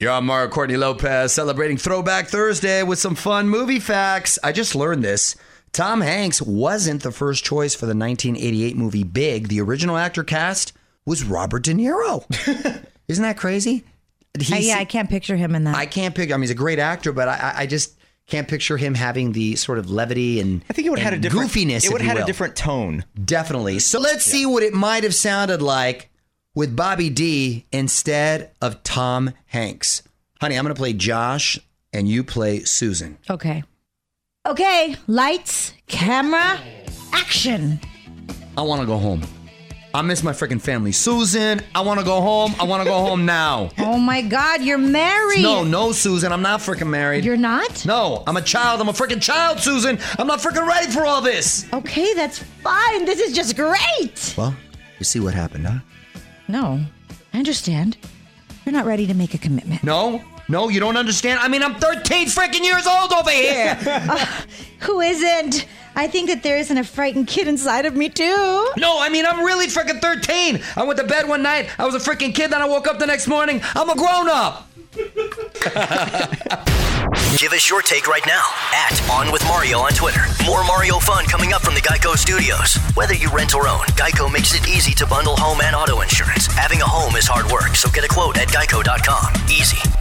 You're on Mario Courtney Lopez celebrating Throwback Thursday with some fun movie facts. I just learned this. Tom Hanks wasn't the first choice for the 1988 movie Big. The original actor cast was Robert De Niro. Isn't that crazy? Uh, He's- yeah, I can't picture him in that. I can't picture. I mean, he's a great actor, but I, I- I just can't picture him having the sort of levity and I think it would have had a and different goofiness. It would if you have had will. a different tone. Definitely. So let's see what it might have sounded like with Bobby D instead of Tom Hanks. Honey, I'm going to play Josh and you play Susan. okay. Okay, lights, camera, action. I want to go home. I miss my freaking family. Susan, I want to go home. I want to go home now. Oh my God, you're married. No, no, Susan, I'm not freaking married. You're not? no, I'm a child. I'm a freaking child, Susan. I'm not freaking ready for all this. Okay, that's fine. This is just great. Well, you see what happened, huh? No, I understand. You're not ready to make a commitment. No, no, you don't understand. I mean, I'm 13 freaking years old over here. Who isn't? I think that there isn't a frightened kid inside of me, too. No, I mean, I'm really freaking 13. I went to bed one night, I was a freaking kid, then I woke up the next morning, I'm a grown up. Give us your take right now at On With Mario on Twitter. More Mario fun coming up from the Geico Studios. Whether you rent or own, Geico makes it easy to bundle home and auto insurance. Having a home is hard work, so get a quote at geico.com. Easy.